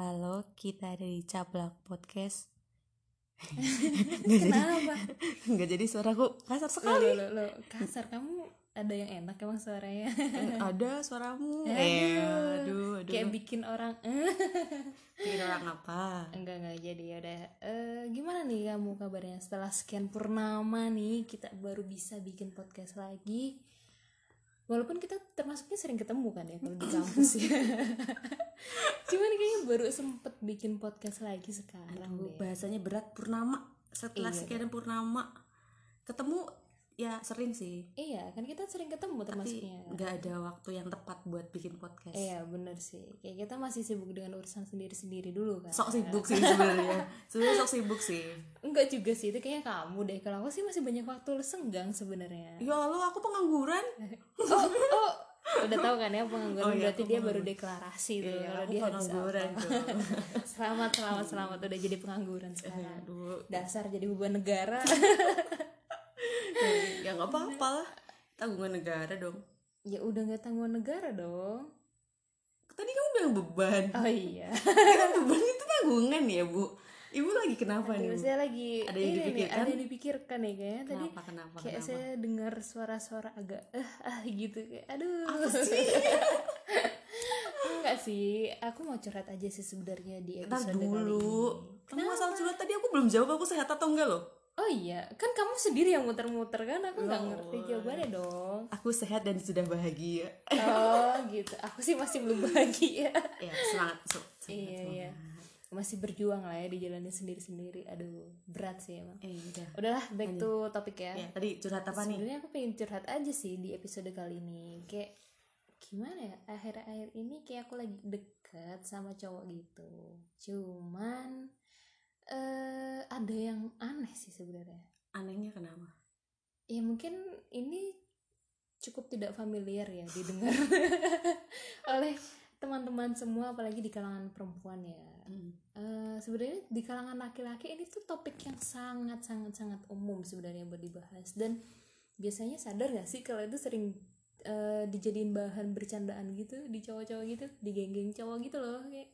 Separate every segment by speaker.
Speaker 1: Halo, kita ada di Cablak Podcast. Nggak jadi,
Speaker 2: Kenapa?
Speaker 1: nggak jadi suaraku kasar
Speaker 2: Lo, lo,
Speaker 1: sekali.
Speaker 2: lo, lo, kasar kamu ada yang enak emang suaranya
Speaker 1: Eh, ada suaramu.
Speaker 2: Aduh.
Speaker 1: Eh, aduh, aduh.
Speaker 2: kayak bikin orang eh,
Speaker 1: Bikin orang apa?
Speaker 2: enggak enggak jadi ya udah Eh, gimana nih kamu kabarnya setelah sekian purnama nih kita baru bisa bikin podcast lagi walaupun kita termasuknya sering ketemu kan ya kalau di kampus ya cuman kayaknya baru sempet bikin podcast lagi sekarang
Speaker 1: Aduh,
Speaker 2: deh
Speaker 1: bahasanya berat purnama. Setelah
Speaker 2: Iya,
Speaker 1: sekian purnama ketemu ya sering sih.
Speaker 2: iya kan kita sering ketemu termasuknya
Speaker 1: Tapi nggak ada waktu yang tepat buat bikin podcast.
Speaker 2: Iya bener sih Kayak kita masih sibuk dengan urusan sendiri-sendiri dulu kan
Speaker 1: Sok sibuk sih sebenarnya. Sebenarnya sok sibuk sih.
Speaker 2: Enggak juga sih, itu kayaknya kamu deh Kalau aku sih masih banyak waktu senggang sebenarnya
Speaker 1: Ya Allah, aku pengangguran.
Speaker 2: oh, oh, udah tahu kan ya pengangguran
Speaker 1: Oh, iya,
Speaker 2: Berarti
Speaker 1: aku
Speaker 2: dia baru
Speaker 1: pengangguran.
Speaker 2: deklarasi tuh
Speaker 1: Iya,
Speaker 2: kalau
Speaker 1: aku
Speaker 2: dia habis
Speaker 1: pengangguran.
Speaker 2: apa.
Speaker 1: Jo.
Speaker 2: Selamat, selamat, selamat Udah jadi pengangguran
Speaker 1: Eh,
Speaker 2: sekarang
Speaker 1: Aduh,
Speaker 2: Dasar jadi hubungan negara
Speaker 1: ya
Speaker 2: Iya.
Speaker 1: nggak apa-apa lah tanggungan negara dong
Speaker 2: Ya udah gak tanggungan negara dong
Speaker 1: tadi kamu bilang beban
Speaker 2: Oh iya
Speaker 1: Kan beban itu tanggungan ya bu ibu lagi kenapa nih
Speaker 2: Terus
Speaker 1: bu
Speaker 2: saya lagi
Speaker 1: Ada yang
Speaker 2: ini nih,
Speaker 1: dipikirkan?
Speaker 2: Ada yang dipikirkan nih kayaknya Tadi
Speaker 1: kenapa kenapa
Speaker 2: kayak
Speaker 1: kenapa
Speaker 2: saya dengar suara-suara agak eh ah gitu kayak aduh
Speaker 1: Apa sih?
Speaker 2: enggak sih aku mau curhat aja sih sebenarnya di
Speaker 1: Ntar
Speaker 2: episode kali
Speaker 1: dulu
Speaker 2: ini
Speaker 1: kamu
Speaker 2: Kenapa?
Speaker 1: masalah curhat tadi aku belum jawab aku sehat atau enggak loh
Speaker 2: oh iya kan kamu sendiri yang muter-muter kan aku nggak
Speaker 1: Loh.
Speaker 2: ngerti jawabannya dong
Speaker 1: aku sehat dan sudah bahagia
Speaker 2: oh gitu aku sih masih belum bahagia
Speaker 1: ya semangat so, semangat,
Speaker 2: Iya,
Speaker 1: semangat.
Speaker 2: iya. masih berjuang lah ya dijalani sendiri-sendiri aduh berat sih emang
Speaker 1: eh, udah
Speaker 2: udahlah back to topik ya
Speaker 1: ya tadi curhat apa nih
Speaker 2: sebenarnya aku pengen curhat aja sih di episode kali ini kayak gimana ya akhir-akhir ini kayak aku lagi deket sama cowok gitu cuman eh ada yang aneh sih sebenarnya
Speaker 1: anehnya kenapa
Speaker 2: ya mungkin ini cukup tidak familiar ya didengar oleh teman-teman semua apalagi di kalangan perempuan ya
Speaker 1: Hmm.
Speaker 2: Eh, sebenarnya di kalangan laki-laki ini tuh topik yang sangat sangat sangat umum sebenarnya buat dibahas dan biasanya sadar gak sih kalau itu sering eh, dijadiin bahan bercandaan gitu di cowok-cowok gitu di geng-geng cowok gitu loh kayak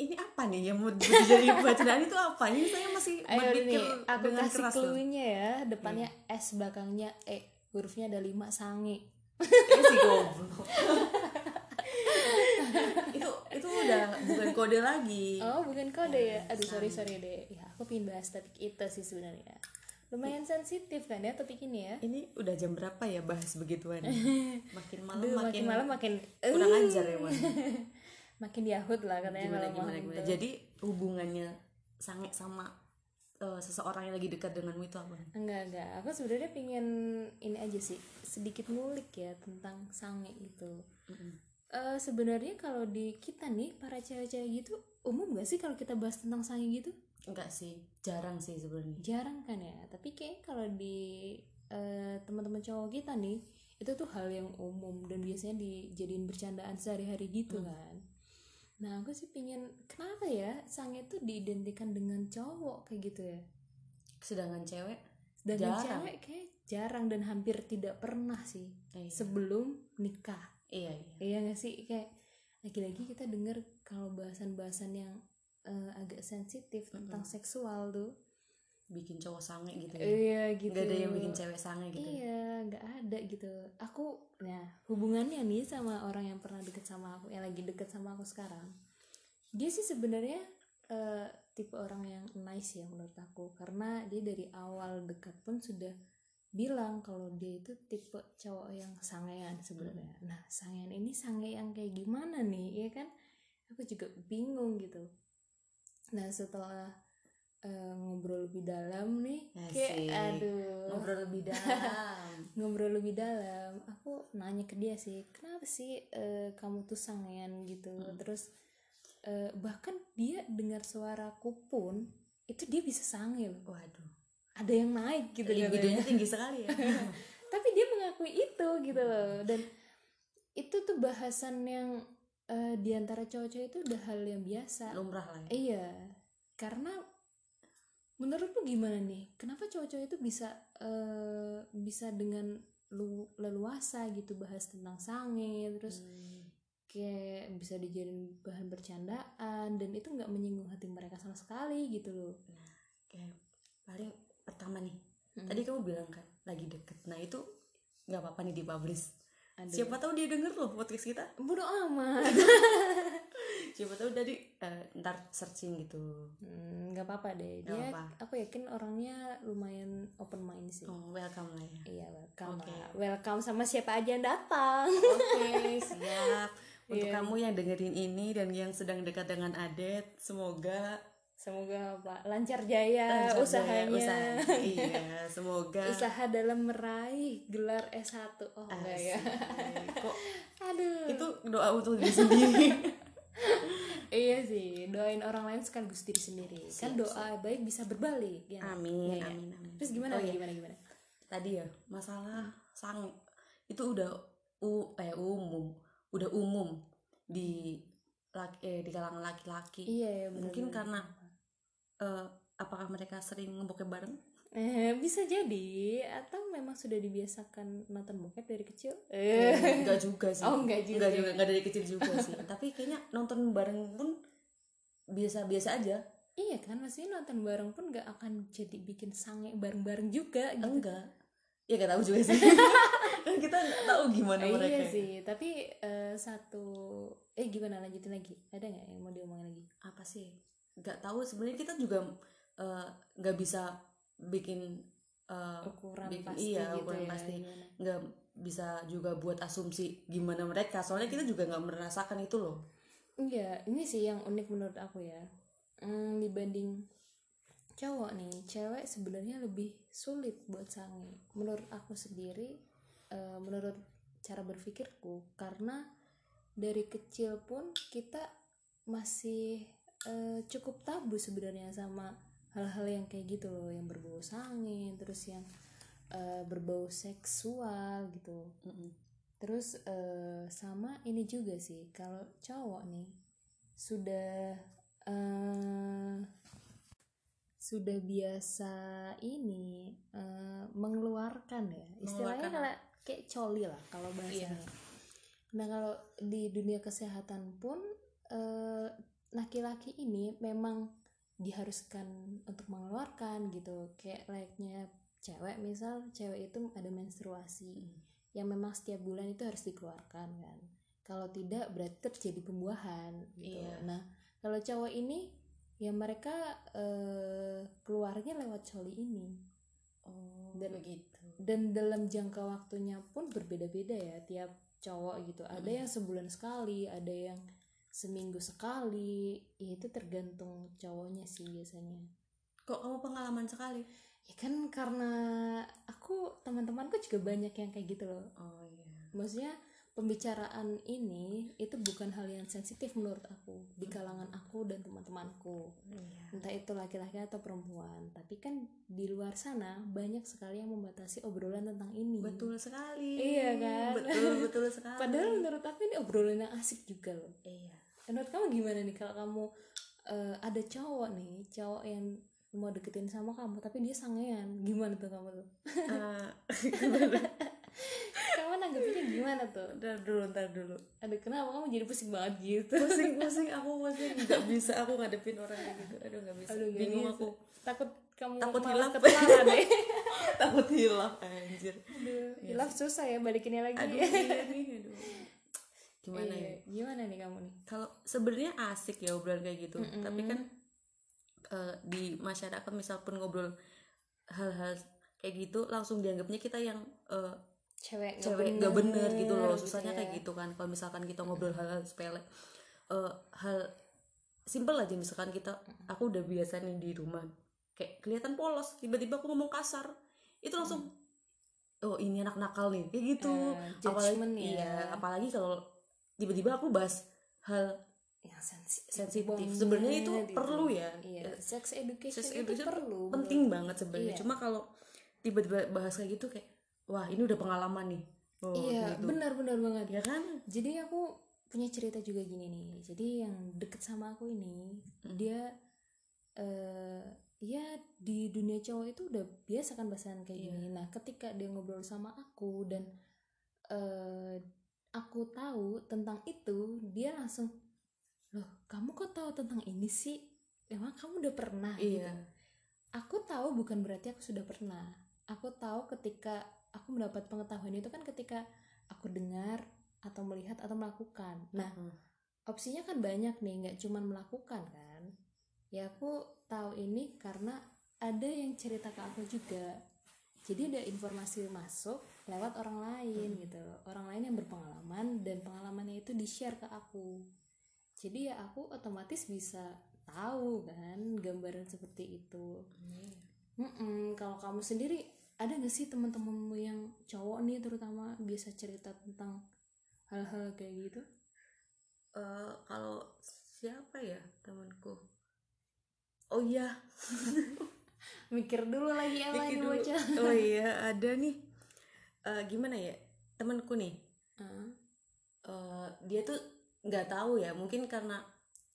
Speaker 1: ini apa nih yang mau jadi bacaan itu apa ini saya masih
Speaker 2: ayo
Speaker 1: berpikir
Speaker 2: nih aku
Speaker 1: dengan
Speaker 2: kasih
Speaker 1: keras loh.
Speaker 2: clue-nya ya depannya s belakangnya e hurufnya ada lima sange
Speaker 1: Eh, si goblok. itu itu udah bukan kode lagi.
Speaker 2: oh bukan kode ya aduh
Speaker 1: Sange.
Speaker 2: sorry sorry deh ya aku pingin bahas topik itu sih sebenarnya lumayan sensitif kan ya topik ini ya
Speaker 1: Ini udah jam berapa ya bahas begituan? Makin malam
Speaker 2: Aduh,
Speaker 1: makin,
Speaker 2: makin malam makin
Speaker 1: kurang ajar ya, Wan.
Speaker 2: makin diahut lah katanya
Speaker 1: Gimana
Speaker 2: kalau
Speaker 1: gimana
Speaker 2: malam
Speaker 1: gimana.
Speaker 2: tuh.
Speaker 1: Jadi hubungannya sange sama eh, seseorang yang lagi dekat denganmu itu apa?
Speaker 2: enggak enggak aku sebenarnya pingin ini aja sih sedikit ngulik ya tentang sange itu
Speaker 1: Mm-mm.
Speaker 2: Eh sebenarnya kalau di kita nih para cewek-cewek gitu umum gak sih kalau kita bahas tentang sange gitu
Speaker 1: Enggak sih, jarang sih sebenarnya.
Speaker 2: jarang kan ya tapi kayak kalau di eh, teman-teman cowok kita nih itu tuh hal yang umum dan biasanya dijadiin bercandaan sehari-hari gitu
Speaker 1: Hmm.
Speaker 2: kan nah aku sih pingin kenapa ya sange itu diidentikan dengan cowok kayak gitu ya
Speaker 1: Sedangkan cewek
Speaker 2: Sedangkan
Speaker 1: Jarang.
Speaker 2: cewek kayak jarang dan hampir tidak pernah sih
Speaker 1: eh,
Speaker 2: sebelum nikah.
Speaker 1: iya iya.
Speaker 2: Iya gak sih kayak lagi-lagi kita dengar kalau bahasan-bahasan yang eh, agak sensitif tentang seksual tuh.
Speaker 1: Bikin cowok sange gitu. Ya.
Speaker 2: Iya gitu.
Speaker 1: Nggak ada yang bikin cewek sange gitu. ya.
Speaker 2: Iya, nggak ada gitu. Aku, nah hubungannya nih sama orang yang pernah deket sama aku, yang lagi deket sama aku sekarang. Dia sih sebenarnya eh, tipe orang yang nice ya menurut aku, karena dia dari awal dekat pun sudah bilang kalau dia itu tipe cowok yang sangean sebenarnya.
Speaker 1: Hmm.
Speaker 2: Nah, sangean ini sange yang kayak gimana nih, ya kan? Aku juga bingung gitu. Nah, setelah eh, ngobrol lebih dalam nih, kayak
Speaker 1: Asik.
Speaker 2: aduh
Speaker 1: Ngobrol lebih dalam.
Speaker 2: ngobrol lebih dalam aku nanya ke dia sih kenapa sih eh, kamu tuh sangean gitu
Speaker 1: Hmm.
Speaker 2: terus eh, bahkan dia dengar suaraku pun itu dia bisa sange loh
Speaker 1: Waduh.
Speaker 2: ada yang naik gitu katanya.
Speaker 1: libidonya tinggi sekali ya
Speaker 2: tapi dia mengakui itu gitu
Speaker 1: Hmm.
Speaker 2: loh dan itu tuh bahasan yang eh, di diantara cowok-cowok itu udah hal yang biasa
Speaker 1: lumrah lah ya.
Speaker 2: Iya, karena menurutmu gimana nih? Kenapa cowok-cowok itu bisa eh,
Speaker 1: Hmm.
Speaker 2: bisa dengan lu, leluasa gitu bahas tentang sange, terus kayak bisa dijadiin bahan bercandaan dan itu nggak menyinggung hati mereka sama sekali gitu loh
Speaker 1: kayak paling pertama nih
Speaker 2: Mm.
Speaker 1: tadi kamu bilang kan lagi deket nah itu nggak apa-apa nih dipublish
Speaker 2: Aduh.
Speaker 1: siapa tahu dia denger loh podcast kita
Speaker 2: bodoh amat
Speaker 1: siapa tahu dari eh, ntar searching gitu
Speaker 2: Hmm, nggak apa-apa
Speaker 1: Nggak
Speaker 2: deh dia
Speaker 1: apa-apa.
Speaker 2: aku yakin orangnya lumayan open mind sih
Speaker 1: oh welcome lah ya
Speaker 2: iya welcome
Speaker 1: Oke.
Speaker 2: lah. welcome sama siapa aja yang datang
Speaker 1: oke siap untuk
Speaker 2: Iya.
Speaker 1: kamu yang dengerin ini dan yang sedang dekat dengan Adet semoga
Speaker 2: semoga pak lancar jaya
Speaker 1: lancar jaya
Speaker 2: Ya, usahanya
Speaker 1: usaha. iya semoga
Speaker 2: usaha dalam meraih gelar S1 oh enggak ya
Speaker 1: Asik. kok
Speaker 2: aduh
Speaker 1: itu doa untuk diri sendiri
Speaker 2: iya sih doain orang lain sekaligus diri sendiri kan doa baik bisa berbalik ya nggak?
Speaker 1: amin
Speaker 2: Iya, iya.
Speaker 1: amin amin
Speaker 2: terus gimana
Speaker 1: Oh,
Speaker 2: lagi,
Speaker 1: iya.
Speaker 2: gimana gimana
Speaker 1: tadi ya
Speaker 2: Hmm.
Speaker 1: masalah sang itu udah u eh umum udah umum di laki, eh, di kalangan laki-laki
Speaker 2: iya ya,
Speaker 1: mungkin karena eh, apakah mereka sering ngebokep bareng
Speaker 2: Eh, bisa jadi atau memang sudah dibiasakan nonton bokep dari kecil? Eh.
Speaker 1: enggak juga sih
Speaker 2: Oh, enggak juga.
Speaker 1: Iya. enggak enggak dari kecil juga sih tapi kayaknya nonton bareng pun biasa-biasa aja
Speaker 2: Iya kan, maksudnya nonton bareng pun gak akan jadi bikin sange bareng-bareng juga gitu.
Speaker 1: enggak ya gak tahu juga sih kan kita nggak tahu gimana
Speaker 2: Eh,
Speaker 1: mereka ya.
Speaker 2: iya sih, tapi eh, satu eh gimana lanjutin lagi? Ada nggak yang mau diomongin lagi?
Speaker 1: apa sih nggak tahu sebenarnya kita juga eh, nggak bisa bikin eh,
Speaker 2: Ukuran
Speaker 1: bikin-
Speaker 2: pasti
Speaker 1: iya,
Speaker 2: gitu
Speaker 1: ukuran
Speaker 2: ya.
Speaker 1: pasti.
Speaker 2: gimana?
Speaker 1: nggak bisa juga buat asumsi gimana mereka soalnya kita juga nggak merasakan itu loh
Speaker 2: Iya, ini sih yang unik menurut aku ya. Hmm, dibanding cowok nih, cewek sebenarnya lebih sulit buat sange. Menurut aku sendiri, eh, menurut cara berpikirku, karena dari kecil pun kita masih eh, cukup tabu sebenarnya sama hal-hal yang kayak gitu loh, yang berbau sange, terus yang eh, berbau seksual gitu. Terus eh, sama ini juga sih kalau cowok nih sudah eh, sudah biasa ini eh, mengeluarkan ya istilahnya
Speaker 1: Mengeluarkan.
Speaker 2: kayak kayak coli lah kalau bahasanya. Nah kalau di dunia kesehatan pun eh, laki-laki ini memang diharuskan untuk mengeluarkan gitu kayak layaknya cewek misal cewek itu ada menstruasi yang memang setiap bulan itu harus dikeluarkan kan kalau tidak berarti terjadi pembuahan gitu
Speaker 1: Iya.
Speaker 2: nah kalau cowok ini ya mereka eh, keluarnya lewat coli ini
Speaker 1: oh
Speaker 2: Dan-
Speaker 1: begitu
Speaker 2: dan dalam jangka waktunya pun berbeda-beda ya tiap cowok gitu ada yang sebulan sekali ada yang seminggu sekali ya itu tergantung cowoknya sih biasanya
Speaker 1: kok kamu pengalaman sekali
Speaker 2: ya kan karena aku teman-temanku juga banyak yang kayak gitu loh
Speaker 1: oh iya
Speaker 2: maksudnya pembicaraan ini itu bukan hal yang sensitif menurut aku di kalangan aku dan teman-temanku
Speaker 1: Iya.
Speaker 2: entah itu laki-laki atau perempuan tapi kan di luar sana banyak sekali yang membatasi obrolan tentang ini
Speaker 1: betul sekali
Speaker 2: Iya kan?
Speaker 1: betul betul sekali
Speaker 2: padahal menurut aku ini obrolan yang asik juga loh
Speaker 1: iya
Speaker 2: menurut kamu gimana nih kalau kamu eh, ada cowok nih cowok yang mau deketin sama kamu tapi dia sangean gimana tuh kamu tuh
Speaker 1: Eh,
Speaker 2: kamu nanggepinnya gimana tuh
Speaker 1: ntar dulu ntar dulu
Speaker 2: aduh kenapa kamu jadi pusing banget gitu
Speaker 1: pusing pusing aku pusing nggak bisa aku ngadepin orang kayak gitu aduh nggak bisa
Speaker 2: Aduh, nggak
Speaker 1: bingung
Speaker 2: bisa.
Speaker 1: aku
Speaker 2: takut kamu
Speaker 1: Takut
Speaker 2: malah
Speaker 1: hilaf.
Speaker 2: ketularan ya
Speaker 1: takut hilaf anjir
Speaker 2: Aduh, hilaf susah ya balikinnya lagi
Speaker 1: Iya aduh iya nih aduh gimana
Speaker 2: Iya,
Speaker 1: ya
Speaker 2: gimana nih kamu nih
Speaker 1: kalau sebenarnya asik ya obrolan kayak gitu tapi kan eh, di masyarakat misal pun ngobrol hal-hal kayak gitu langsung dianggapnya kita yang eh,
Speaker 2: cewek nggak
Speaker 1: cewek nggak bener, gitu loh
Speaker 2: gitu
Speaker 1: susahnya kayak
Speaker 2: ya.
Speaker 1: gitu kan kalau misalkan kita ngobrol hal-hal sepele Eh, hal simple aja misalkan kita aku udah biasa nih di rumah kayak kelihatan polos tiba-tiba aku ngomong kasar itu langsung oh ini anak nakal nih kayak gitu
Speaker 2: Mm. Eh, judgement ya.
Speaker 1: apalagi iya, apalagi kalau tiba-tiba aku bahas hal
Speaker 2: yang sensi-
Speaker 1: sensitif
Speaker 2: banget
Speaker 1: sebenarnya itu
Speaker 2: gitu.
Speaker 1: perlu ya
Speaker 2: iya. sex education
Speaker 1: Sex
Speaker 2: itu
Speaker 1: education
Speaker 2: perlu
Speaker 1: penting banget sebenarnya
Speaker 2: Iya.
Speaker 1: cuma kalau tiba-tiba bahas kayak gitu kayak wah ini udah pengalaman nih oh,
Speaker 2: iya
Speaker 1: gitu.
Speaker 2: benar-benar banget
Speaker 1: ya kan
Speaker 2: jadi aku punya cerita juga gini nih jadi yang deket sama aku ini
Speaker 1: Hmm.
Speaker 2: dia eh ya di dunia cowok itu udah biasa
Speaker 1: Iya.
Speaker 2: kan bahasan kayak gini nah ketika dia ngobrol sama aku dan eh aku tahu tentang itu dia langsung loh kamu kok tahu tentang ini sih emang kamu udah pernah gitu
Speaker 1: iya
Speaker 2: aku tahu bukan berarti aku sudah pernah aku tahu ketika aku mendapat pengetahuan itu kan ketika aku dengar atau melihat atau melakukan nah
Speaker 1: Mm.
Speaker 2: opsinya kan banyak nih nggak cuman melakukan kan ya aku tahu ini karena ada yang cerita ke aku juga jadi ada informasi masuk lewat orang lain gitu orang lain yang berpengalaman dan pengalamannya itu di share ke aku jadi ya aku otomatis bisa tahu kan gambaran seperti itu Mm-mm, kalau kamu sendiri ada nggak sih teman-temanmu yang cowok nih terutama biasa cerita tentang hal-hal kayak gitu
Speaker 1: Eh, kalau siapa ya temanku oh iya
Speaker 2: mikir dulu lagi apa
Speaker 1: Diki
Speaker 2: nih
Speaker 1: dulu.
Speaker 2: bocah
Speaker 1: oh iya ada nih Eh, gimana ya temanku nih
Speaker 2: Ah,
Speaker 1: eh, dia tuh nggak tahu ya mungkin karena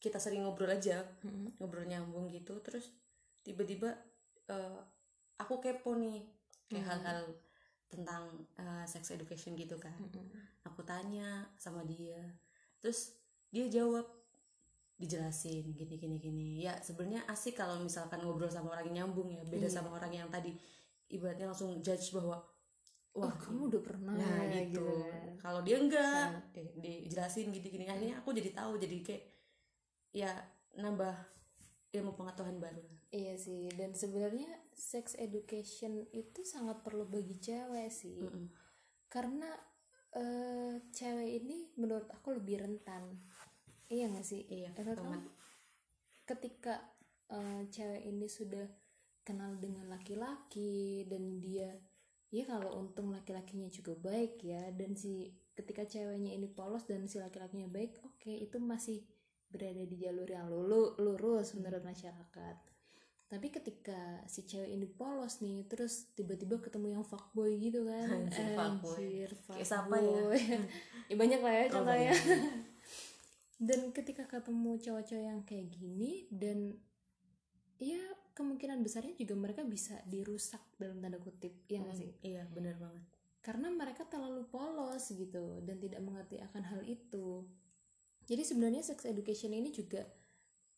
Speaker 1: kita sering ngobrol aja
Speaker 2: mm-mm.
Speaker 1: ngobrol nyambung gitu terus tiba-tiba eh, aku kepo nih kayak
Speaker 2: Hmm.
Speaker 1: hal-hal tentang eh, sex education gitu kan
Speaker 2: Mm-mm.
Speaker 1: aku tanya sama dia terus dia jawab dijelasin gini gini gini ya sebenarnya asik kalau misalkan ngobrol sama orang yang nyambung ya beda
Speaker 2: Iya.
Speaker 1: sama orang yang tadi ibaratnya langsung judge bahwa wah
Speaker 2: oh kamu udah pernah
Speaker 1: nah
Speaker 2: ya,
Speaker 1: gitu
Speaker 2: kan.
Speaker 1: kalau dia enggak
Speaker 2: Nah.
Speaker 1: eh, dijelasin gini gini akhirnya aku jadi tahu jadi kayak ya nambah ilmu pengetahuan baru
Speaker 2: iya sih dan sebenarnya sex education itu sangat perlu bagi cewek sih
Speaker 1: Mm-mm.
Speaker 2: karena eh, cewek ini menurut aku lebih rentan iya nggak sih
Speaker 1: iya
Speaker 2: Eh, menurut
Speaker 1: teman.
Speaker 2: kamu, ketika eh, cewek ini sudah kenal dengan laki-laki dan dia ya kalau untung laki-lakinya juga baik ya dan si ketika ceweknya ini polos dan si laki-lakinya baik oke itu masih berada di jalur yang lulu, lurus menurut
Speaker 1: Mm.
Speaker 2: masyarakat tapi ketika si cewek ini polos nih terus tiba-tiba ketemu yang fuckboy gitu kan
Speaker 1: Anjir, fuckboy.
Speaker 2: Anjir,
Speaker 1: Kayak siapa ya?
Speaker 2: fuckboy. ya banyak lah ya
Speaker 1: Oh,
Speaker 2: contohnya
Speaker 1: banyak.
Speaker 2: dan ketika ketemu cowok-cowok yang kayak gini dan ya kemungkinan besarnya juga mereka bisa dirusak dalam tanda kutip ya nggak sih
Speaker 1: Mm, iya benar banget
Speaker 2: karena mereka terlalu polos gitu dan tidak mengerti akan hal itu jadi sebenarnya sex education ini juga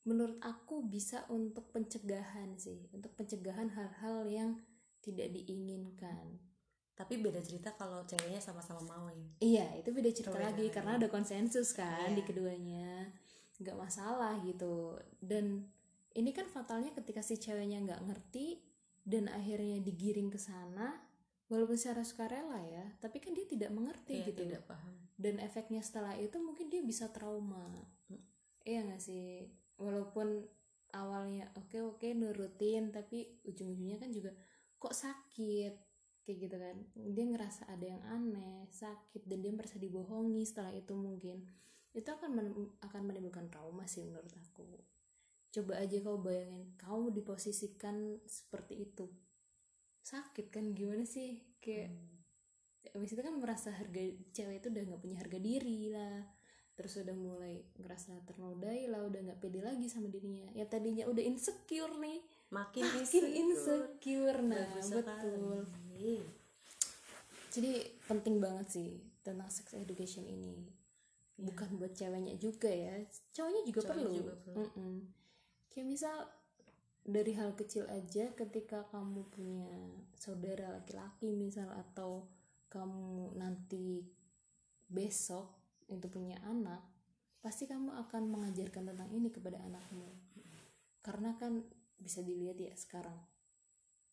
Speaker 2: menurut aku bisa untuk pencegahan sih untuk pencegahan hal-hal yang tidak diinginkan
Speaker 1: tapi beda cerita kalau ceweknya sama-sama mau ya
Speaker 2: Iya, itu beda cerita
Speaker 1: Beda
Speaker 2: lagi
Speaker 1: lagi.
Speaker 2: karena ada konsensus kan
Speaker 1: Iya.
Speaker 2: di keduanya. nggak masalah gitu. Dan ini kan fatalnya ketika si ceweknya nggak ngerti dan akhirnya digiring ke sana walaupun secara sukarela ya, tapi kan dia tidak mengerti
Speaker 1: Iya,
Speaker 2: gitu.
Speaker 1: tidak paham
Speaker 2: Dan efeknya setelah itu mungkin dia bisa trauma. Iya nggak sih? Walaupun awalnya oke-oke nurutin tapi ujung-ujungnya kan juga kok sakit kayak gitu kan dia ngerasa ada yang aneh sakit dan dia merasa dibohongi setelah itu mungkin itu akan menem- akan menimbulkan trauma sih menurut aku coba aja kau bayangin kamu diposisikan seperti itu sakit kan gimana sih kayak
Speaker 1: Hmm.
Speaker 2: abis itu kan merasa harga cewek itu udah nggak punya harga diri lah terus udah mulai ngerasa ternodai lah udah nggak pede lagi sama dirinya ya tadinya udah insecure nih
Speaker 1: makin,
Speaker 2: makin insecure nah
Speaker 1: Bagus sekali.
Speaker 2: betul
Speaker 1: Iya.
Speaker 2: jadi penting banget sih tentang sex education ini bukan buat ceweknya juga ya cowoknya juga
Speaker 1: Iya. Cowoknya
Speaker 2: perlu,
Speaker 1: juga perlu.
Speaker 2: Mm-mm. kayak misal dari hal kecil aja ketika kamu punya saudara laki-laki misal atau kamu nanti besok itu punya anak pasti kamu akan mengajarkan tentang ini kepada anakmu karena kan bisa dilihat ya sekarang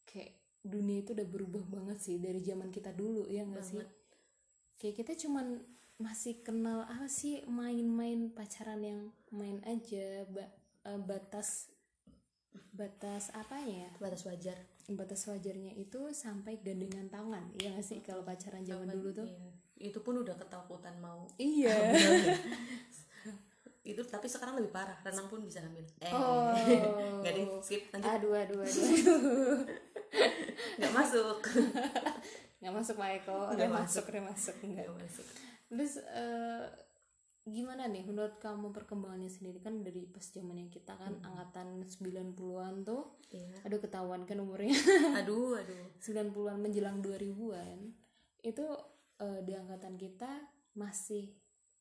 Speaker 2: kayak dunia itu udah berubah banget sih dari zaman kita dulu ya nggak sih
Speaker 1: Banget.
Speaker 2: kayak kita cuman masih kenal apa sih main-main pacaran yang main aja ba- eh, batas batas apa ya
Speaker 1: batas wajar
Speaker 2: batas wajarnya itu sampai gandengan tangan ya nggak sih kalau pacaran zaman dulu tuh
Speaker 1: Iya. itu pun udah ketakutan mau
Speaker 2: iya
Speaker 1: itu tapi sekarang lebih parah renang pun bisa hamil eh
Speaker 2: Oh.
Speaker 1: nggak deh skip nanti
Speaker 2: aduh aduh aduh
Speaker 1: nggak masuk
Speaker 2: nggak masuk Pak Eko
Speaker 1: Nggak
Speaker 2: nggak
Speaker 1: masuk.
Speaker 2: masuk nggak masuk nggak
Speaker 1: nggak masuk
Speaker 2: terus eh, gimana nih menurut kamu perkembangannya sendiri kan dari pas zamannya kita kan angkatan 90-an tuh
Speaker 1: iya
Speaker 2: aduh ketahuan kan umurnya
Speaker 1: aduh aduh
Speaker 2: 90-an menjelang 2000-an itu eh, di angkatan kita masih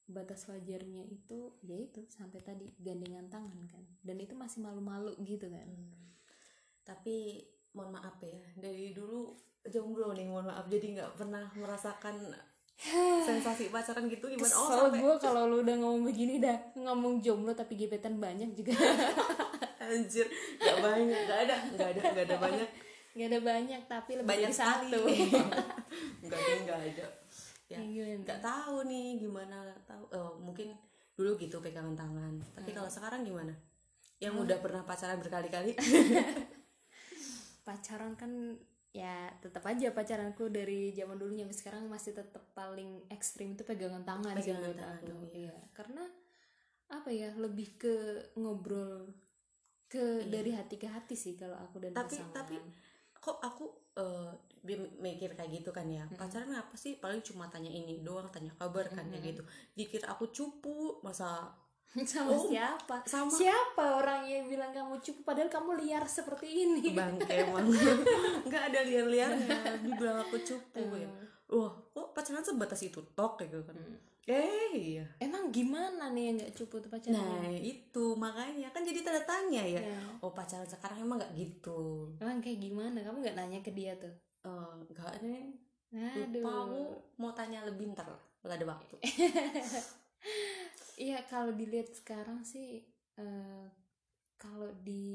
Speaker 2: batas wajarnya itu ya itu sampai tadi gandengan tangan kan dan itu masih malu-malu gitu kan
Speaker 1: tapi mohon maaf ya dari dulu jomblo nih mohon maaf jadi nggak pernah merasakan sensasi pacaran gitu gimana oh
Speaker 2: Kesel
Speaker 1: sampai
Speaker 2: gue kalau lu udah ngomong begini dah ngomong jomblo tapi gebetan banyak juga
Speaker 1: anjir nggak banyak nggak ada nggak ada nggak ada banyak
Speaker 2: nggak ada banyak tapi lebih
Speaker 1: banyak
Speaker 2: dari
Speaker 1: sekali
Speaker 2: satu Iya,
Speaker 1: nggak ada nggak ada ya
Speaker 2: Kayak gimana?
Speaker 1: nggak tahu nih gimana tahu eh, mungkin dulu gitu pegangan tangan tapi kalau sekarang gimana yang udah pernah pacaran berkali-kali
Speaker 2: pacaran kan ya tetap aja pacaranku dari zaman dulunya sampai sekarang masih tetap paling ekstrim itu pegangan tangan sih
Speaker 1: Pegangan
Speaker 2: menurut
Speaker 1: tangan
Speaker 2: aku.
Speaker 1: dong,
Speaker 2: Iya, karena apa ya lebih ke ngobrol ke dari hati ke hati sih kalau aku dan
Speaker 1: Iya. tapi
Speaker 2: pasangan.
Speaker 1: tapi kok aku eh, bi- mikir kayak gitu kan ya pacaran apa sih paling cuma tanya ini doang tanya kabar kan ya gitu dikira aku cupu masa
Speaker 2: sama
Speaker 1: Oh,
Speaker 2: siapa
Speaker 1: sama.
Speaker 2: siapa orang yang bilang kamu cukup padahal kamu liar seperti ini
Speaker 1: bangke emang nggak ada liar-liarnya dibilang aku cupu
Speaker 2: Mm.
Speaker 1: ya wah kok pacaran sebatas itu tok kayak gitu kan eh iya
Speaker 2: Hmm. emang gimana nih yang nggak cukup tuh pacaran
Speaker 1: nah itu makanya kan jadi tanda tanya ya
Speaker 2: Ya.
Speaker 1: oh pacaran sekarang emang nggak gitu
Speaker 2: emang kayak gimana kamu nggak nanya ke dia tuh
Speaker 1: Eh, nggak nih
Speaker 2: aduh Eh.
Speaker 1: lupa aku mau tanya lebih ntar lah kalau ada waktu
Speaker 2: Iya kalau dilihat sekarang sih eh, kalau di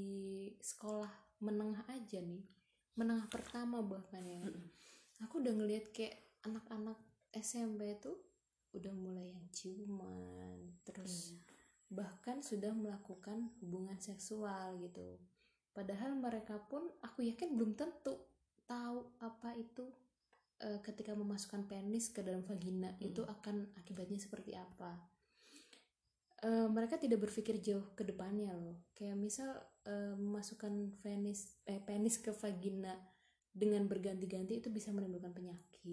Speaker 2: sekolah menengah aja nih menengah pertama bahkan ya aku udah ngelihat kayak anak-anak SMP itu udah mulai yang ciuman terus bahkan sudah melakukan hubungan seksual gitu padahal mereka pun aku yakin belum tentu tahu apa itu eh, ketika memasukkan penis ke dalam vagina itu akan akibatnya seperti apa Eh, mereka tidak berpikir jauh ke depannya loh kayak misal eh, memasukkan penis eh, penis ke vagina dengan berganti-ganti itu bisa menimbulkan penyakit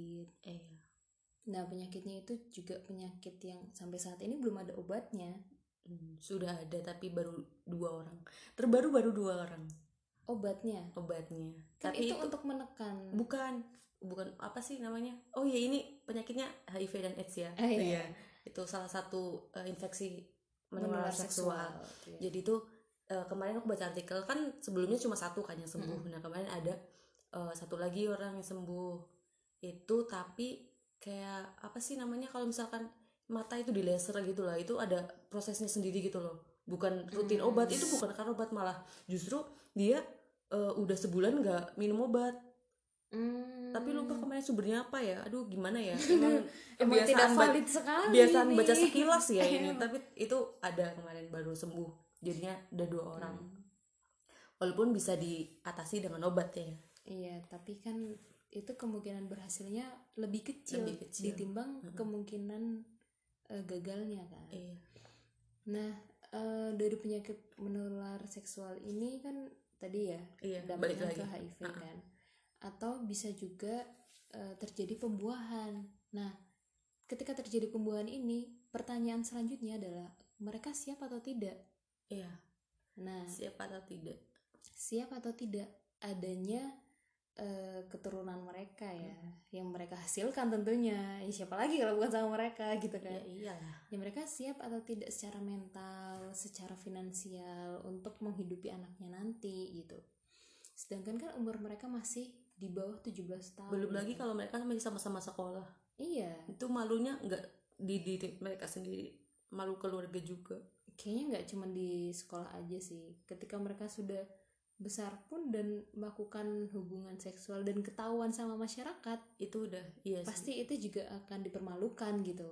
Speaker 1: eh,
Speaker 2: nah penyakitnya itu juga penyakit yang sampai saat ini belum ada obatnya
Speaker 1: hmm, sudah ada tapi baru dua orang terbaru baru dua orang
Speaker 2: obatnya
Speaker 1: obatnya
Speaker 2: kan
Speaker 1: tapi
Speaker 2: itu, untuk menekan
Speaker 1: bukan bukan apa sih namanya oh iya ini penyakitnya HIV dan AIDS ya
Speaker 2: Ah, iya.
Speaker 1: itu salah satu eh, infeksi menular seksual,
Speaker 2: Iya.
Speaker 1: jadi itu eh, kemarin aku baca artikel kan sebelumnya cuma satu kan yang sembuh nah kemarin ada eh, satu lagi orang yang sembuh itu tapi kayak apa sih namanya kalau misalkan mata itu di laser gitu lah itu ada prosesnya sendiri gitu loh bukan rutin obat itu bukan karena obat malah justru dia eh, udah sebulan nggak minum obat
Speaker 2: Hmm,
Speaker 1: tapi lupa kemarin sumbernya apa ya aduh gimana ya emang kebiasaan
Speaker 2: emang tidak
Speaker 1: ba-
Speaker 2: valid sekali
Speaker 1: kebiasaan
Speaker 2: nih.
Speaker 1: baca sekilas ya ini tapi itu ada kemarin baru sembuh jadinya ada dua orang walaupun bisa diatasi dengan obat ya
Speaker 2: iya tapi kan itu kemungkinan berhasilnya lebih kecil,
Speaker 1: Lebih kecil.
Speaker 2: ditimbang kemungkinan eh, gagalnya kan
Speaker 1: iya
Speaker 2: nah eh, dari penyakit menular seksual ini kan tadi ya
Speaker 1: Iya, balik
Speaker 2: dampaknya
Speaker 1: lagi.
Speaker 2: ke HIV kan atau bisa juga eh, terjadi pembuahan nah ketika terjadi pembuahan ini pertanyaan selanjutnya adalah mereka siap atau tidak
Speaker 1: iya
Speaker 2: nah
Speaker 1: siapa atau tidak
Speaker 2: siap atau tidak adanya eh, keturunan mereka ya
Speaker 1: Hmm.
Speaker 2: yang mereka hasilkan tentunya ya, siapa lagi kalau bukan sama mereka gitu kan
Speaker 1: ya iyalah
Speaker 2: ya mereka siap atau tidak secara mental secara finansial untuk menghidupi anaknya nanti gitu sedangkan kan umur mereka masih di bawah 17 tahun
Speaker 1: belum lagi kalau mereka kan masih sama-sama sekolah
Speaker 2: iya
Speaker 1: itu malunya nggak di diri mereka sendiri malu keluarga juga
Speaker 2: kayaknya nggak cuma di sekolah aja sih ketika mereka sudah besar pun dan melakukan hubungan seksual dan ketahuan sama masyarakat
Speaker 1: itu udah iya sih.
Speaker 2: pasti itu juga akan dipermalukan gitu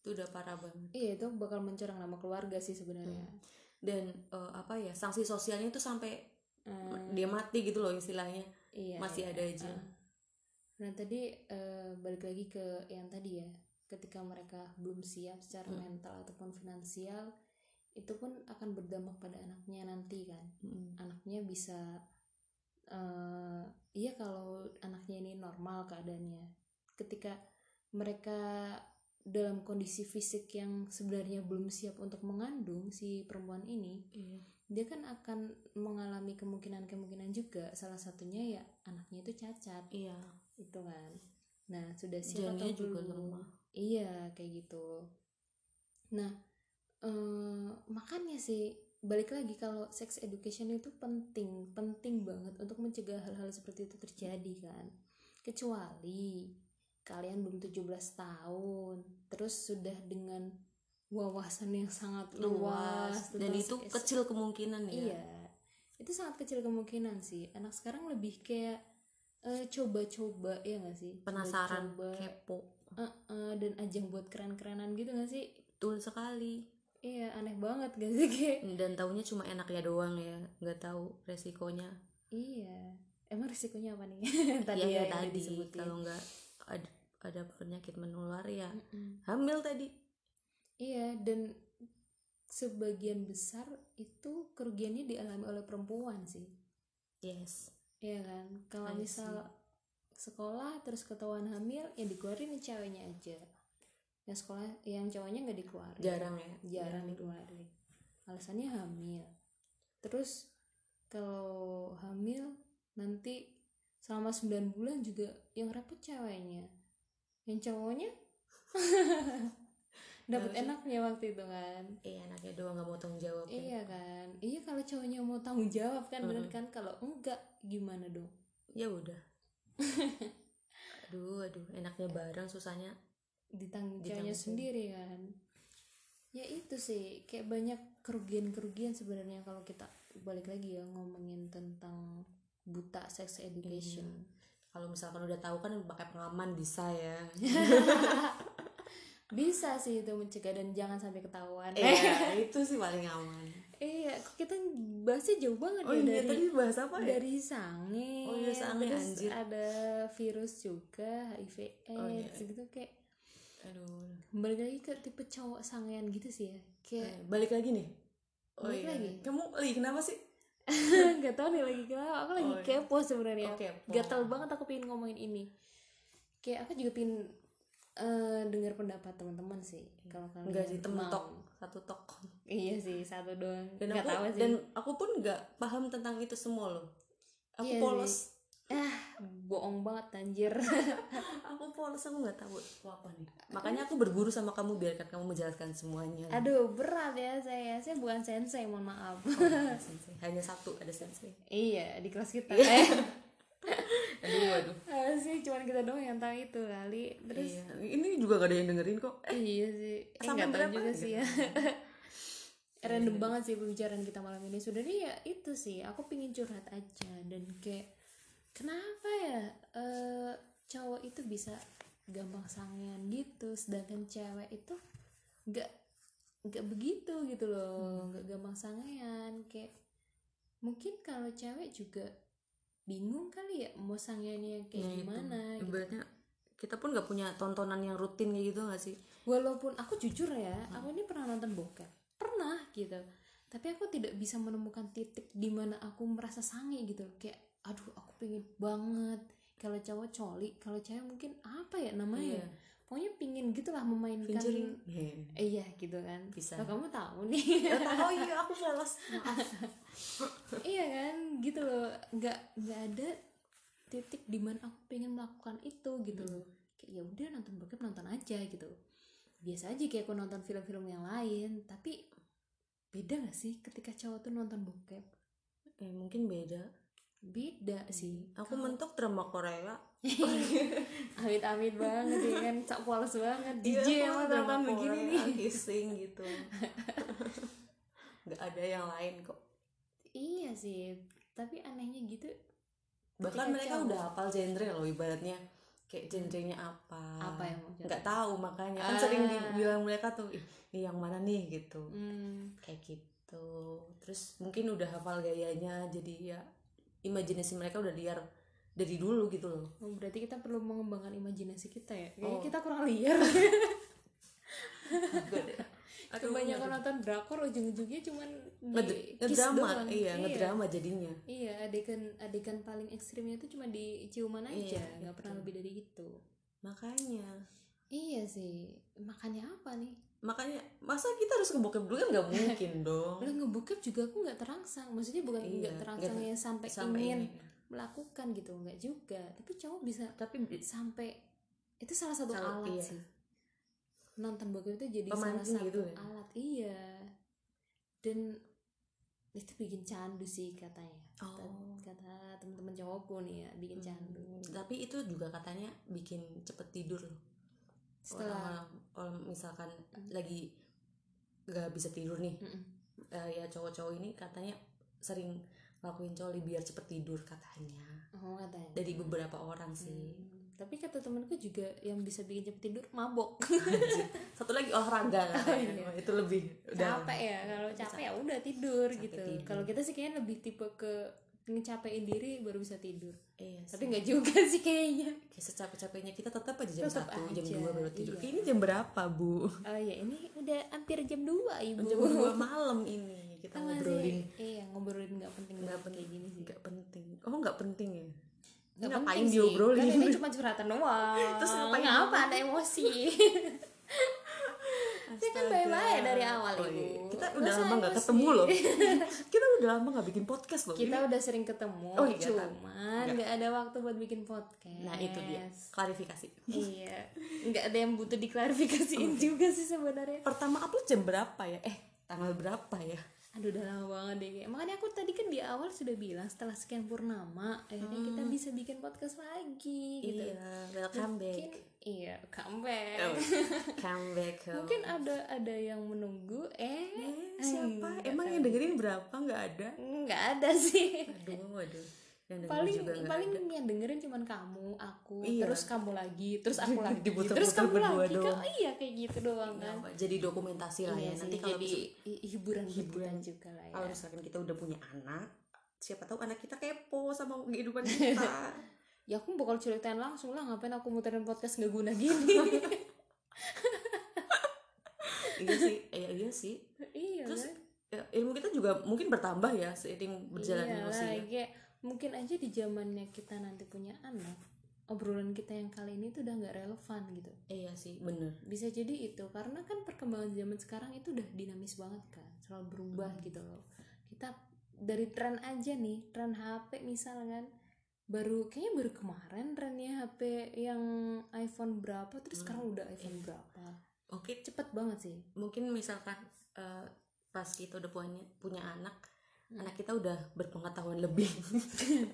Speaker 1: itu udah parah banget
Speaker 2: iya itu bakal mencoreng nama keluarga sih sebenarnya
Speaker 1: dan eh, apa ya sanksi sosialnya itu sampai dia mati gitu loh istilahnya
Speaker 2: Eh, iya
Speaker 1: Hmm. masih
Speaker 2: iya.
Speaker 1: ada aja
Speaker 2: nah tadi eh, balik lagi ke yang tadi ya ketika mereka belum siap secara mental ataupun finansial itu pun akan berdampak pada anaknya nanti kan
Speaker 1: Mm.
Speaker 2: anaknya bisa eh iya kalau anaknya ini normal keadaannya ketika mereka dalam kondisi fisik yang sebenarnya belum siap untuk mengandung si perempuan ini
Speaker 1: Iya.
Speaker 2: dia kan akan mengalami kemungkinan-kemungkinan juga salah satunya ya anaknya itu cacat
Speaker 1: Iya,
Speaker 2: itu kan nah sudah siap
Speaker 1: jadinya
Speaker 2: atau
Speaker 1: juga
Speaker 2: belum
Speaker 1: lemah.
Speaker 2: Iya, kayak gitu. Nah, eh, makanya sih balik lagi kalau sex education itu penting, penting banget untuk mencegah hal-hal seperti itu terjadi kan. Kecuali kalian belum 17 tahun, terus sudah dengan wawasan yang sangat luas,
Speaker 1: dan
Speaker 2: tentang
Speaker 1: itu
Speaker 2: seks-
Speaker 1: kecil kemungkinan ya
Speaker 2: Iya, itu sangat kecil kemungkinan sih. Anak sekarang lebih kayak eh, coba-coba ya nggak sih?
Speaker 1: penasaran
Speaker 2: Coba-coba.
Speaker 1: kepo
Speaker 2: Heeh, dan ajang buat keren-kerenan gitu gak sih?
Speaker 1: betul sekali
Speaker 2: Iya aneh banget gak sih kayak
Speaker 1: dan taunya cuma enaknya doang ya nggak tahu resikonya
Speaker 2: Iya Emang risikonya apa nih?
Speaker 1: tadi ya,
Speaker 2: yang udah
Speaker 1: tadi
Speaker 2: disebutin.
Speaker 1: kalau nggak ada, ada penyakit menular ya
Speaker 2: Mm-mm.
Speaker 1: hamil tadi
Speaker 2: Iya dan sebagian besar itu kerugiannya dialami oleh perempuan sih
Speaker 1: yes
Speaker 2: Iya kan Kalau
Speaker 1: I see.
Speaker 2: misal sekolah terus ketahuan hamil ya dikeluarin nih ceweknya aja Yang sekolah yang cowoknya nggak dikeluarin
Speaker 1: jarang ya
Speaker 2: jarang dikeluarin alasannya hamil terus kalau hamil nanti selama 9 bulan juga yang repot ceweknya yang cowoknya dapat
Speaker 1: Harusnya-
Speaker 2: enaknya waktu itu kan
Speaker 1: iya anaknya doang nggak mau tanggung jawab ya.
Speaker 2: iya kan iya kalau cowoknya mau tanggung jawab kan bener
Speaker 1: Mm-mm.
Speaker 2: kan kalau enggak gimana dong
Speaker 1: ya udah aduh aduh enaknya bareng susahnya
Speaker 2: ditanggung
Speaker 1: Ditanggung
Speaker 2: cowoknya
Speaker 1: sendiri.
Speaker 2: sendiri kan ya itu sih kayak banyak kerugian-kerugian sebenarnya kalau kita balik lagi ya ngomongin tentang buta sex
Speaker 1: Iya.
Speaker 2: education
Speaker 1: kalau misalkan udah tahu kan pakai pengaman bisa ya
Speaker 2: bisa sih itu mencegah dan jangan sampai ketahuan
Speaker 1: iya itu sih paling aman
Speaker 2: iya kok kita bahasnya jauh banget
Speaker 1: oh
Speaker 2: ya
Speaker 1: iya
Speaker 2: dari
Speaker 1: tadi bahas apa ya
Speaker 2: dari sange
Speaker 1: Oh iya, sange,
Speaker 2: terus
Speaker 1: anjir.
Speaker 2: ada virus juga HIV AIDS
Speaker 1: Oh iya.
Speaker 2: gitu kayak
Speaker 1: aduh
Speaker 2: balik lagi ke tipe cowok sangean gitu sih ya
Speaker 1: Eh,
Speaker 2: kayak
Speaker 1: balik lagi nih
Speaker 2: Balik lagi?
Speaker 1: kamu lagi kenapa sih
Speaker 2: nggak tahu nih lagi kenapa aku lagi
Speaker 1: Oh, iya.
Speaker 2: kepo sebenarnya
Speaker 1: Oh, kepo.
Speaker 2: gatel banget aku pengen ngomongin ini kayak aku juga pengen eh, dengar pendapat teman-teman sih kalau kalian
Speaker 1: enggak sih temen
Speaker 2: mau.
Speaker 1: tok satu tok
Speaker 2: iya sih satu doang
Speaker 1: dan
Speaker 2: nggak
Speaker 1: aku
Speaker 2: tahu sih
Speaker 1: dan aku pun nggak paham tentang itu semua loh aku
Speaker 2: Iya sih.
Speaker 1: polos
Speaker 2: ah bohong banget anjir
Speaker 1: aku polos aku nggak tahu itu apa nih makanya aku berburu sama kamu biarkan kamu menjelaskan semuanya
Speaker 2: aduh berat ya saya saya bukan sensei mohon maaf
Speaker 1: Ada sensei. hanya satu ada sensei
Speaker 2: iya di kelas kita eh
Speaker 1: aduh aduh
Speaker 2: apa sih cuman kita doang yang tahu itu kali terus
Speaker 1: iya. ini juga gak ada yang dengerin kok
Speaker 2: iya sih eh,
Speaker 1: Sampai
Speaker 2: nggak tahu
Speaker 1: berapa Iya.
Speaker 2: juga
Speaker 1: gitu.
Speaker 2: sih ya random banget sih pembicaraan kita malam ini sebenarnya ya itu sih aku pingin curhat aja dan kayak kenapa ya eh, cowok itu bisa gampang sangean gitu sedangkan cewek itu nggak nggak begitu gitu
Speaker 1: Hmm.
Speaker 2: loh nggak gampang sangean kayak mungkin kalau cewek juga bingung kali ya mau sangeannya
Speaker 1: Ya,
Speaker 2: kayak
Speaker 1: itu.
Speaker 2: gimana gitu.
Speaker 1: ibaratnya kita pun nggak punya tontonan yang rutin kayak gitu gak sih
Speaker 2: walaupun aku jujur ya
Speaker 1: Hmm.
Speaker 2: aku ini pernah nonton bokep pernah gitu tapi aku tidak bisa menemukan titik di mana aku merasa sange gitu loh. kayak aduh aku pingin banget kalau cowok coli kalau cewek mungkin apa ya namanya
Speaker 1: Iya.
Speaker 2: ya? pokoknya pingin gitulah memainkan
Speaker 1: Fingering.
Speaker 2: Eh, iya gitu kan
Speaker 1: Bisa.
Speaker 2: Lah, kamu tahu nih
Speaker 1: oh iya aku polos maaf
Speaker 2: iya kan gitu loh nggak nggak ada titik di mana aku pengen melakukan itu gitu loh kayak ya udah nonton bokep nonton aja gitu biasa aja kayak aku nonton film-film yang lain tapi beda gak sih ketika cowok tuh nonton bokep
Speaker 1: eh, mungkin beda
Speaker 2: beda sih
Speaker 1: aku mentok drama Korea
Speaker 2: amit amit banget ya kan cak polos banget DJ
Speaker 1: Iya, aku
Speaker 2: emang
Speaker 1: drama
Speaker 2: nonton begini
Speaker 1: Korea,
Speaker 2: nih
Speaker 1: kissing gitu nggak ada yang lain kok
Speaker 2: iya sih tapi anehnya gitu
Speaker 1: bahkan
Speaker 2: Ketika
Speaker 1: mereka
Speaker 2: cowok-
Speaker 1: udah hafal genre loh ibaratnya kayak genrenya apa
Speaker 2: Apa yang mau
Speaker 1: nggak tahu makanya kan
Speaker 2: Ah.
Speaker 1: sering dibilang mereka tuh "Ih, ini yang mana nih gitu
Speaker 2: hmm,
Speaker 1: kayak gitu terus mungkin udah hafal gayanya jadi ya imajinasi mereka udah liar dari dulu gitu loh
Speaker 2: oh, berarti kita perlu mengembangkan imajinasi kita ya kayaknya
Speaker 1: Oh.
Speaker 2: kita kurang liar
Speaker 1: Gak ada- Aduh,
Speaker 2: kebanyakan
Speaker 1: ngeri.
Speaker 2: nonton drakor ujung-ujungnya cuman
Speaker 1: Nged-
Speaker 2: di Iya, kiss
Speaker 1: ngedrama
Speaker 2: doang.
Speaker 1: iya ngedrama jadinya
Speaker 2: iya adegan adegan paling ekstrimnya itu cuma di ciuman aja
Speaker 1: Iya,
Speaker 2: nggak pernah lebih dari gitu. itu
Speaker 1: makanya
Speaker 2: iya sih makannya apa nih
Speaker 1: makanya masa kita harus ke bokep dulu kan nggak mungkin dong
Speaker 2: Lah ngebukep juga aku nggak terangsang maksudnya bukan
Speaker 1: Iya,
Speaker 2: nggak terangsang
Speaker 1: nggak-
Speaker 2: yang sampai,
Speaker 1: sampai
Speaker 2: ingin
Speaker 1: ini.
Speaker 2: melakukan gitu nggak juga tapi cowok bisa
Speaker 1: tapi
Speaker 2: sampai itu salah satu
Speaker 1: Salah-
Speaker 2: alat
Speaker 1: iya.
Speaker 2: sih nonton bokep itu jadi
Speaker 1: Pemancing
Speaker 2: salah satu
Speaker 1: gitu ya?
Speaker 2: alat iya dan itu bikin candu sih katanya
Speaker 1: Oh.
Speaker 2: kata,
Speaker 1: Hmm.
Speaker 2: kata teman-teman cowokku nih ya bikin candu
Speaker 1: tapi itu juga katanya bikin cepet tidur loh
Speaker 2: setelah Hmm.
Speaker 1: orang, orang misalkan lagi gak bisa tidur nih
Speaker 2: Mm-mm.
Speaker 1: eh, ya cowok-cowok ini katanya sering ngelakuin coli biar cepet tidur katanya
Speaker 2: oh katanya
Speaker 1: dari beberapa orang sih
Speaker 2: Hmm. tapi kata temanku juga yang bisa bikin cepet tidur mabok
Speaker 1: satu lagi olahraga katanya
Speaker 2: iya.
Speaker 1: Wah, itu lebih udah
Speaker 2: capek ya kalau capek ya udah tidur
Speaker 1: Capek
Speaker 2: gitu
Speaker 1: tidur.
Speaker 2: kalau kita sih kayaknya lebih tipe ke ngecapein diri baru bisa tidur
Speaker 1: Iya sih.
Speaker 2: tapi nggak juga sih kayaknya
Speaker 1: Kayak secapek-capeknya kita tetap aja jam
Speaker 2: Tetep
Speaker 1: satu jam
Speaker 2: aja,
Speaker 1: dua baru tidur
Speaker 2: iya.
Speaker 1: ini jam berapa bu
Speaker 2: oh ya ini udah hampir jam 2 ibu
Speaker 1: jam dua malam ini kita
Speaker 2: Kita masih-
Speaker 1: ngobrolin
Speaker 2: iya ngobrolin nggak penting nggak penting kayak gini sih
Speaker 1: nggak penting oh nggak penting ya
Speaker 2: Nggak
Speaker 1: ngapain
Speaker 2: penting sih,
Speaker 1: diobrolin?
Speaker 2: kan ini cuma curhatan doang
Speaker 1: Terus ngapain
Speaker 2: ngapa ada emosi Saya kan
Speaker 1: Astaga.
Speaker 2: bye-bye dari awal,
Speaker 1: Oh,
Speaker 2: Ibu.
Speaker 1: iya. kita
Speaker 2: Nggak
Speaker 1: udah
Speaker 2: usah
Speaker 1: lama nggak
Speaker 2: emosi.
Speaker 1: ketemu loh kita udah lama nggak bikin podcast loh
Speaker 2: kita
Speaker 1: Ini-
Speaker 2: udah sering ketemu
Speaker 1: Oh, iya,
Speaker 2: cuman
Speaker 1: tahu.
Speaker 2: nggak ada waktu buat bikin podcast
Speaker 1: nah itu dia klarifikasi
Speaker 2: iya nggak ada yang butuh diklarifikasiin juga sih sebenarnya
Speaker 1: pertama upload jam berapa ya eh tanggal berapa ya
Speaker 2: aduh udah lama banget deh kayak- makanya aku tadi kan di awal sudah bilang setelah sekian purnama akhirnya kita bisa bikin podcast lagi gitu
Speaker 1: Hmm. iya welcome
Speaker 2: mungkin
Speaker 1: back
Speaker 2: iya comeback
Speaker 1: Oh, come back home.
Speaker 2: mungkin ada ada yang menunggu eh,
Speaker 1: Eh, siapa emang yang dengerin berapa nggak ada
Speaker 2: nggak ada sih
Speaker 1: aduh waduh yang dengerin
Speaker 2: paling
Speaker 1: juga nggak
Speaker 2: paling yang dengerin cuman kamu aku
Speaker 1: Iya.
Speaker 2: terus kamu lagi terus aku lagi
Speaker 1: Diputer-puter
Speaker 2: terus kamu
Speaker 1: berdua
Speaker 2: lagi
Speaker 1: doang.
Speaker 2: Kak, iya kayak gitu doang
Speaker 1: Nggak
Speaker 2: kan
Speaker 1: apa, jadi dokumentasi lah ya
Speaker 2: Iya sih,
Speaker 1: nanti kalau
Speaker 2: jadi
Speaker 1: misalkan-
Speaker 2: i- hiburan hiburan
Speaker 1: hiburan.
Speaker 2: juga lah
Speaker 1: kalau
Speaker 2: ya
Speaker 1: misalkan kita udah punya anak siapa tahu anak kita kepo sama kehidupan kita
Speaker 2: ya aku bakal ceritain langsung lah ngapain aku muterin podcast nggak guna gini
Speaker 1: iya sih iya, iya sih
Speaker 2: iya
Speaker 1: terus
Speaker 2: kan?
Speaker 1: ya, ilmu kita juga mungkin bertambah ya seiring berjalannya
Speaker 2: iya
Speaker 1: usia
Speaker 2: lah, kayak mungkin aja di zamannya kita nanti punya anak obrolan kita yang kali ini tuh udah nggak relevan gitu
Speaker 1: iya sih bener
Speaker 2: bisa jadi itu karena kan perkembangan zaman sekarang itu udah dinamis banget kan selalu berubah
Speaker 1: Hmm.
Speaker 2: gitu loh kita dari tren aja nih tren HP misalnya kan baru kayaknya baru kemarin trennya HP yang iPhone berapa
Speaker 1: Hmm.
Speaker 2: terus sekarang udah
Speaker 1: Iya.
Speaker 2: iPhone berapa
Speaker 1: oke
Speaker 2: cepet banget sih
Speaker 1: mungkin misalkan eh, pas kita udah punya punya anak anak kita udah berpengetahuan lebih Iya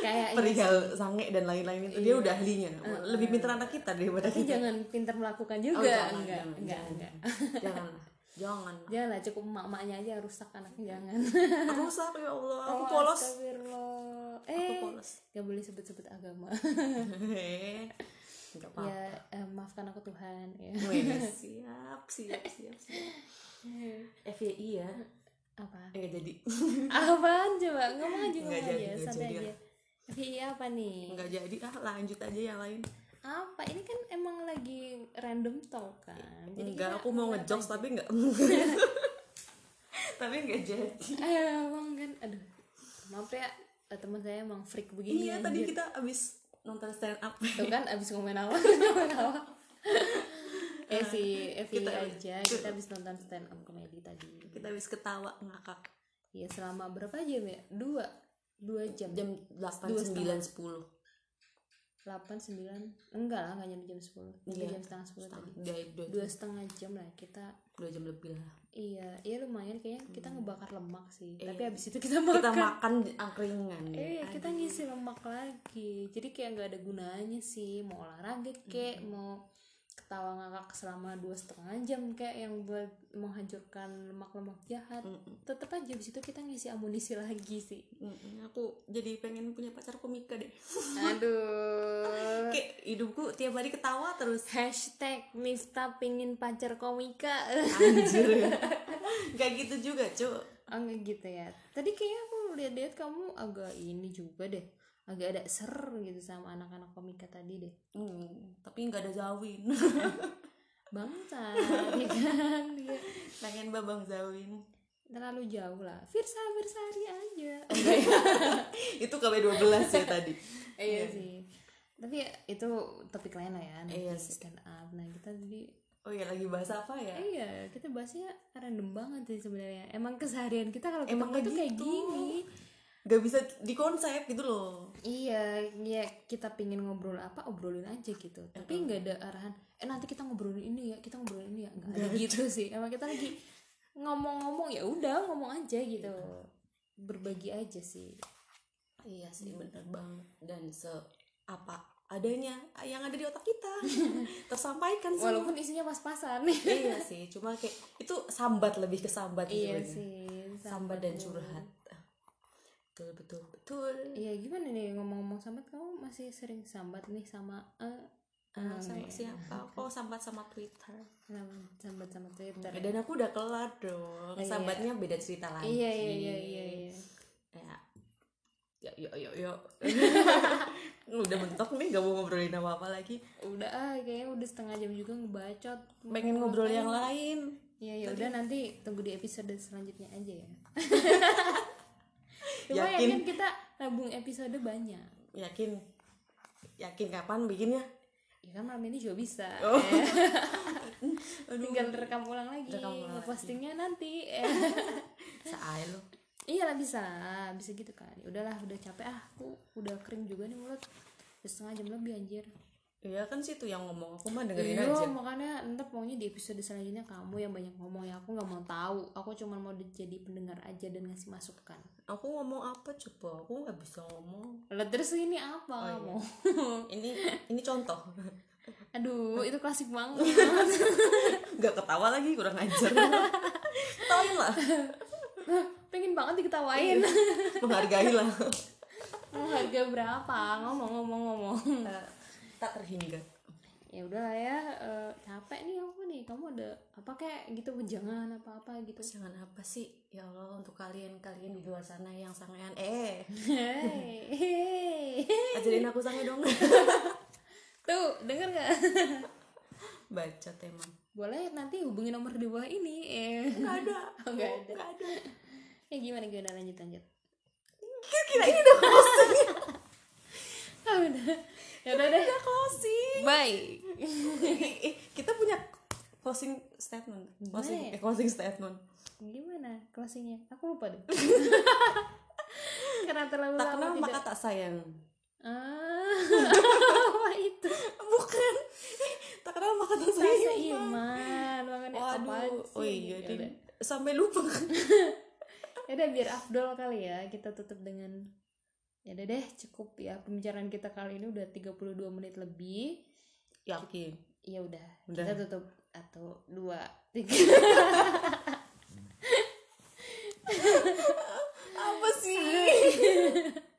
Speaker 2: kayak
Speaker 1: perihal sange dan lain-lain itu dia udah ahlinya lebih pintar anak kita daripada
Speaker 2: tapi
Speaker 1: kita
Speaker 2: jangan pinter melakukan juga
Speaker 1: gitu ya? Oh, jangan,
Speaker 2: enggak
Speaker 1: jangan,
Speaker 2: enggak
Speaker 1: jangan.
Speaker 2: enggak
Speaker 1: jangan lah jangan lah.
Speaker 2: jangan lah cukup emak-emaknya aja rusak anaknya jangan
Speaker 1: aku rusak ya Allah Iya. aku
Speaker 2: Oh,
Speaker 1: polos
Speaker 2: astagfirullah.
Speaker 1: aku
Speaker 2: eh
Speaker 1: polos
Speaker 2: nggak boleh sebut-sebut agama
Speaker 1: nggak apa-apa
Speaker 2: ya eh, maafkan aku Tuhan ya
Speaker 1: Weh, siap siap siap siap FYI ya
Speaker 2: apa
Speaker 1: eh nggak jadi
Speaker 2: apaan coba ngomong
Speaker 1: Nggak
Speaker 2: aja
Speaker 1: jadi,
Speaker 2: ngomong aja
Speaker 1: nggak
Speaker 2: santai
Speaker 1: jadi
Speaker 2: aja iya apa nih
Speaker 1: nggak jadi ah lanjut aja yang lain
Speaker 2: apa ini kan emang lagi random talk kan jadi
Speaker 1: enggak
Speaker 2: kita-
Speaker 1: aku mau ngejokes tapi enggak tapi enggak jadi
Speaker 2: eh emang kan aduh maaf ya eh, teman saya emang freak begini
Speaker 1: iya
Speaker 2: ya.
Speaker 1: tadi kita abis nonton stand up
Speaker 2: tuh kan abis ngomongin apa ngomongin apa eh si Evi
Speaker 1: Kita-
Speaker 2: aja kita abis nonton stand up comedy tadi
Speaker 1: kita abis ketawa ngakak
Speaker 2: ya selama berapa jam ya dua dua jam
Speaker 1: jam delapan
Speaker 2: Dua
Speaker 1: sembilan sepuluh
Speaker 2: 8, 9 enggak lah enggak nyampe jam 10 nyampe
Speaker 1: Iya.
Speaker 2: jam setengah 10 tadi
Speaker 1: dua, dua,
Speaker 2: dua setengah jam lah kita
Speaker 1: dua jam lebih lah
Speaker 2: iya iya lumayan kayaknya kita ngebakar lemak sih
Speaker 1: Iya.
Speaker 2: tapi abis itu
Speaker 1: kita
Speaker 2: kita makan
Speaker 1: makan angkringan
Speaker 2: eh kita ngisi lemak lagi jadi kayak nggak ada gunanya sih mau olahraga kek mau ketawa ngakak selama dua setengah jam kayak yang buat menghancurkan lemak-lemak jahat tetap aja abis itu kita ngisi amunisi lagi sih
Speaker 1: Mm-mm, aku jadi pengen punya pacar komika deh
Speaker 2: aduh
Speaker 1: kayak hidupku tiap hari ketawa terus
Speaker 2: Hashtag Miftah pingin pacar komika
Speaker 1: anjir gak gitu juga cu
Speaker 2: Oh enggak gitu ya Tadi kayaknya aku lihat-lihat kamu agak ini juga deh Agak ada ser gitu sama anak-anak komika tadi deh
Speaker 1: Hmm, tapi nggak ada Zawin
Speaker 2: Bangsa ya kan Iya.
Speaker 1: pengen babang Zawin
Speaker 2: Terlalu jauh lah Firsa Firsari aja
Speaker 1: itu KW12 ya tadi
Speaker 2: Eh, Iya sih Tapi ya, itu topik lain lah ya nanti
Speaker 1: Iya sih.
Speaker 2: stand up Nah kita tadi
Speaker 1: oh ya lagi bahas apa ya
Speaker 2: eh, Iya kita bahasnya random banget sih sebenarnya Emang keseharian kita kalau
Speaker 1: Emang
Speaker 2: ketemu tuh kayak
Speaker 1: gitu.
Speaker 2: gini
Speaker 1: nggak bisa dikonsep gitu loh
Speaker 2: Iya, iya kita pingin ngobrol apa obrolin aja gitu. Tapi nggak ada arahan. Eh nanti kita ngobrolin ini ya, kita ngobrolin ini ya. Nggak ada gitu sih. Emang kita lagi ngomong-ngomong ya udah ngomong aja gitu. Berbagi aja sih.
Speaker 1: iya sih bener banget dan se apa adanya yang ada di otak kita tersampaikan semua
Speaker 2: Walaupun isinya pas-pasan nih.
Speaker 1: iya sih cuma kayak itu sambat lebih ke sambat gitu
Speaker 2: iya
Speaker 1: kan.
Speaker 2: sih.
Speaker 1: sambat dan
Speaker 2: tuh.
Speaker 1: curhat betul betul betul
Speaker 2: Iya gimana nih ngomong-ngomong sambat kamu masih sering sambat nih sama eh
Speaker 1: Ah, sama
Speaker 2: iya.
Speaker 1: siapa kok sambat sama twitter
Speaker 2: sama sambat sama Twitter.
Speaker 1: Ya, dan aku udah kelar dong
Speaker 2: Iya.
Speaker 1: sambatnya beda cerita lagi
Speaker 2: Iya iya iya iya. iya.
Speaker 1: ya ya yo yo yo udah mentok nih gak mau ngobrolin apa apa lagi
Speaker 2: Udah ah kayaknya udah setengah jam juga ngebacot.
Speaker 1: pengen ngobrol yang lain
Speaker 2: Ya ya udah nanti tunggu di episode selanjutnya aja ya.
Speaker 1: Yakin?
Speaker 2: Lumayan kan kita nabung episode banyak.
Speaker 1: yakin yakin kapan bikinnya
Speaker 2: Ya kan malam ini juga bisa.
Speaker 1: Oh.
Speaker 2: Eh,
Speaker 1: aduh
Speaker 2: tinggal rekam ulang lagi.
Speaker 1: Rekam ulang lagi.
Speaker 2: Postingnya nanti. Eh,
Speaker 1: saai lo
Speaker 2: iya lah bisa lah, bisa gitu kan. Ya Udahlah udah capek ah, aku udah kering juga nih mulut. Udah setengah jam lebih anjir.
Speaker 1: iya kan situ yang ngomong aku mah dengerin
Speaker 2: Iya,
Speaker 1: aja
Speaker 2: makanya ntar pokoknya di episode selanjutnya kamu yang banyak ngomong ya aku nggak mau tahu. Aku cuma mau di- jadi pendengar aja dan ngasih masukan.
Speaker 1: aku ngomong apa coba aku nggak bisa ngomong
Speaker 2: Lah terus ini apa
Speaker 1: iya.
Speaker 2: kamu?
Speaker 1: ini ini contoh Nah.
Speaker 2: Aduh, itu klasik banget.
Speaker 1: nggak ketawa lagi kurang ajar Ketawain lah
Speaker 2: Pengen banget diketawain.
Speaker 1: Iya. menghargai lah
Speaker 2: Mau harga berapa? Ngomong ngomong ngomong.
Speaker 1: Eh, tak terhingga
Speaker 2: Ya udahlah ya, eh, capek nih aku nih. Kamu ada apa kayak gitu jangan apa-apa gitu.
Speaker 1: jangan apa sih ya Allah untuk kalian kalian di luar sana yang sangean eh
Speaker 2: Hei. hei.
Speaker 1: ajarin aku sange dong
Speaker 2: Tuh, denger gak?
Speaker 1: bacot emang
Speaker 2: Boleh nanti hubungi nomor di bawah ini. Eh.
Speaker 1: nggak ada
Speaker 2: Nggak ada.
Speaker 1: nggak ada
Speaker 2: Ya gimana gimana lanjut lanjut.
Speaker 1: kira ini udah closing
Speaker 2: Ah, udah. Ya udah deh.
Speaker 1: udah closing
Speaker 2: Bye.
Speaker 1: Eh, eh, kita punya closing statement closing
Speaker 2: Gimana
Speaker 1: eh,
Speaker 2: ya?
Speaker 1: closing statement
Speaker 2: Gimana closingnya? Aku lupa deh. Karena terlalu
Speaker 1: tak
Speaker 2: lama
Speaker 1: kenal
Speaker 2: tidak
Speaker 1: maka tak sayang
Speaker 2: Ah, apa itu?
Speaker 1: bukan tak kenal maka tak sayang
Speaker 2: Rasa iman, makan apaan
Speaker 1: waduh
Speaker 2: sih? Ya
Speaker 1: oh iya
Speaker 2: Yaudah.
Speaker 1: Din. sampai lupa
Speaker 2: Yaudah, biar afdol kali ya kita tutup dengan ya deh cukup ya pembicaraan kita kali ini udah 32 menit lebih.
Speaker 1: yakin
Speaker 2: Ya udah,
Speaker 1: Udah.
Speaker 2: kita tutup satu dua tiga
Speaker 1: apa sih Ya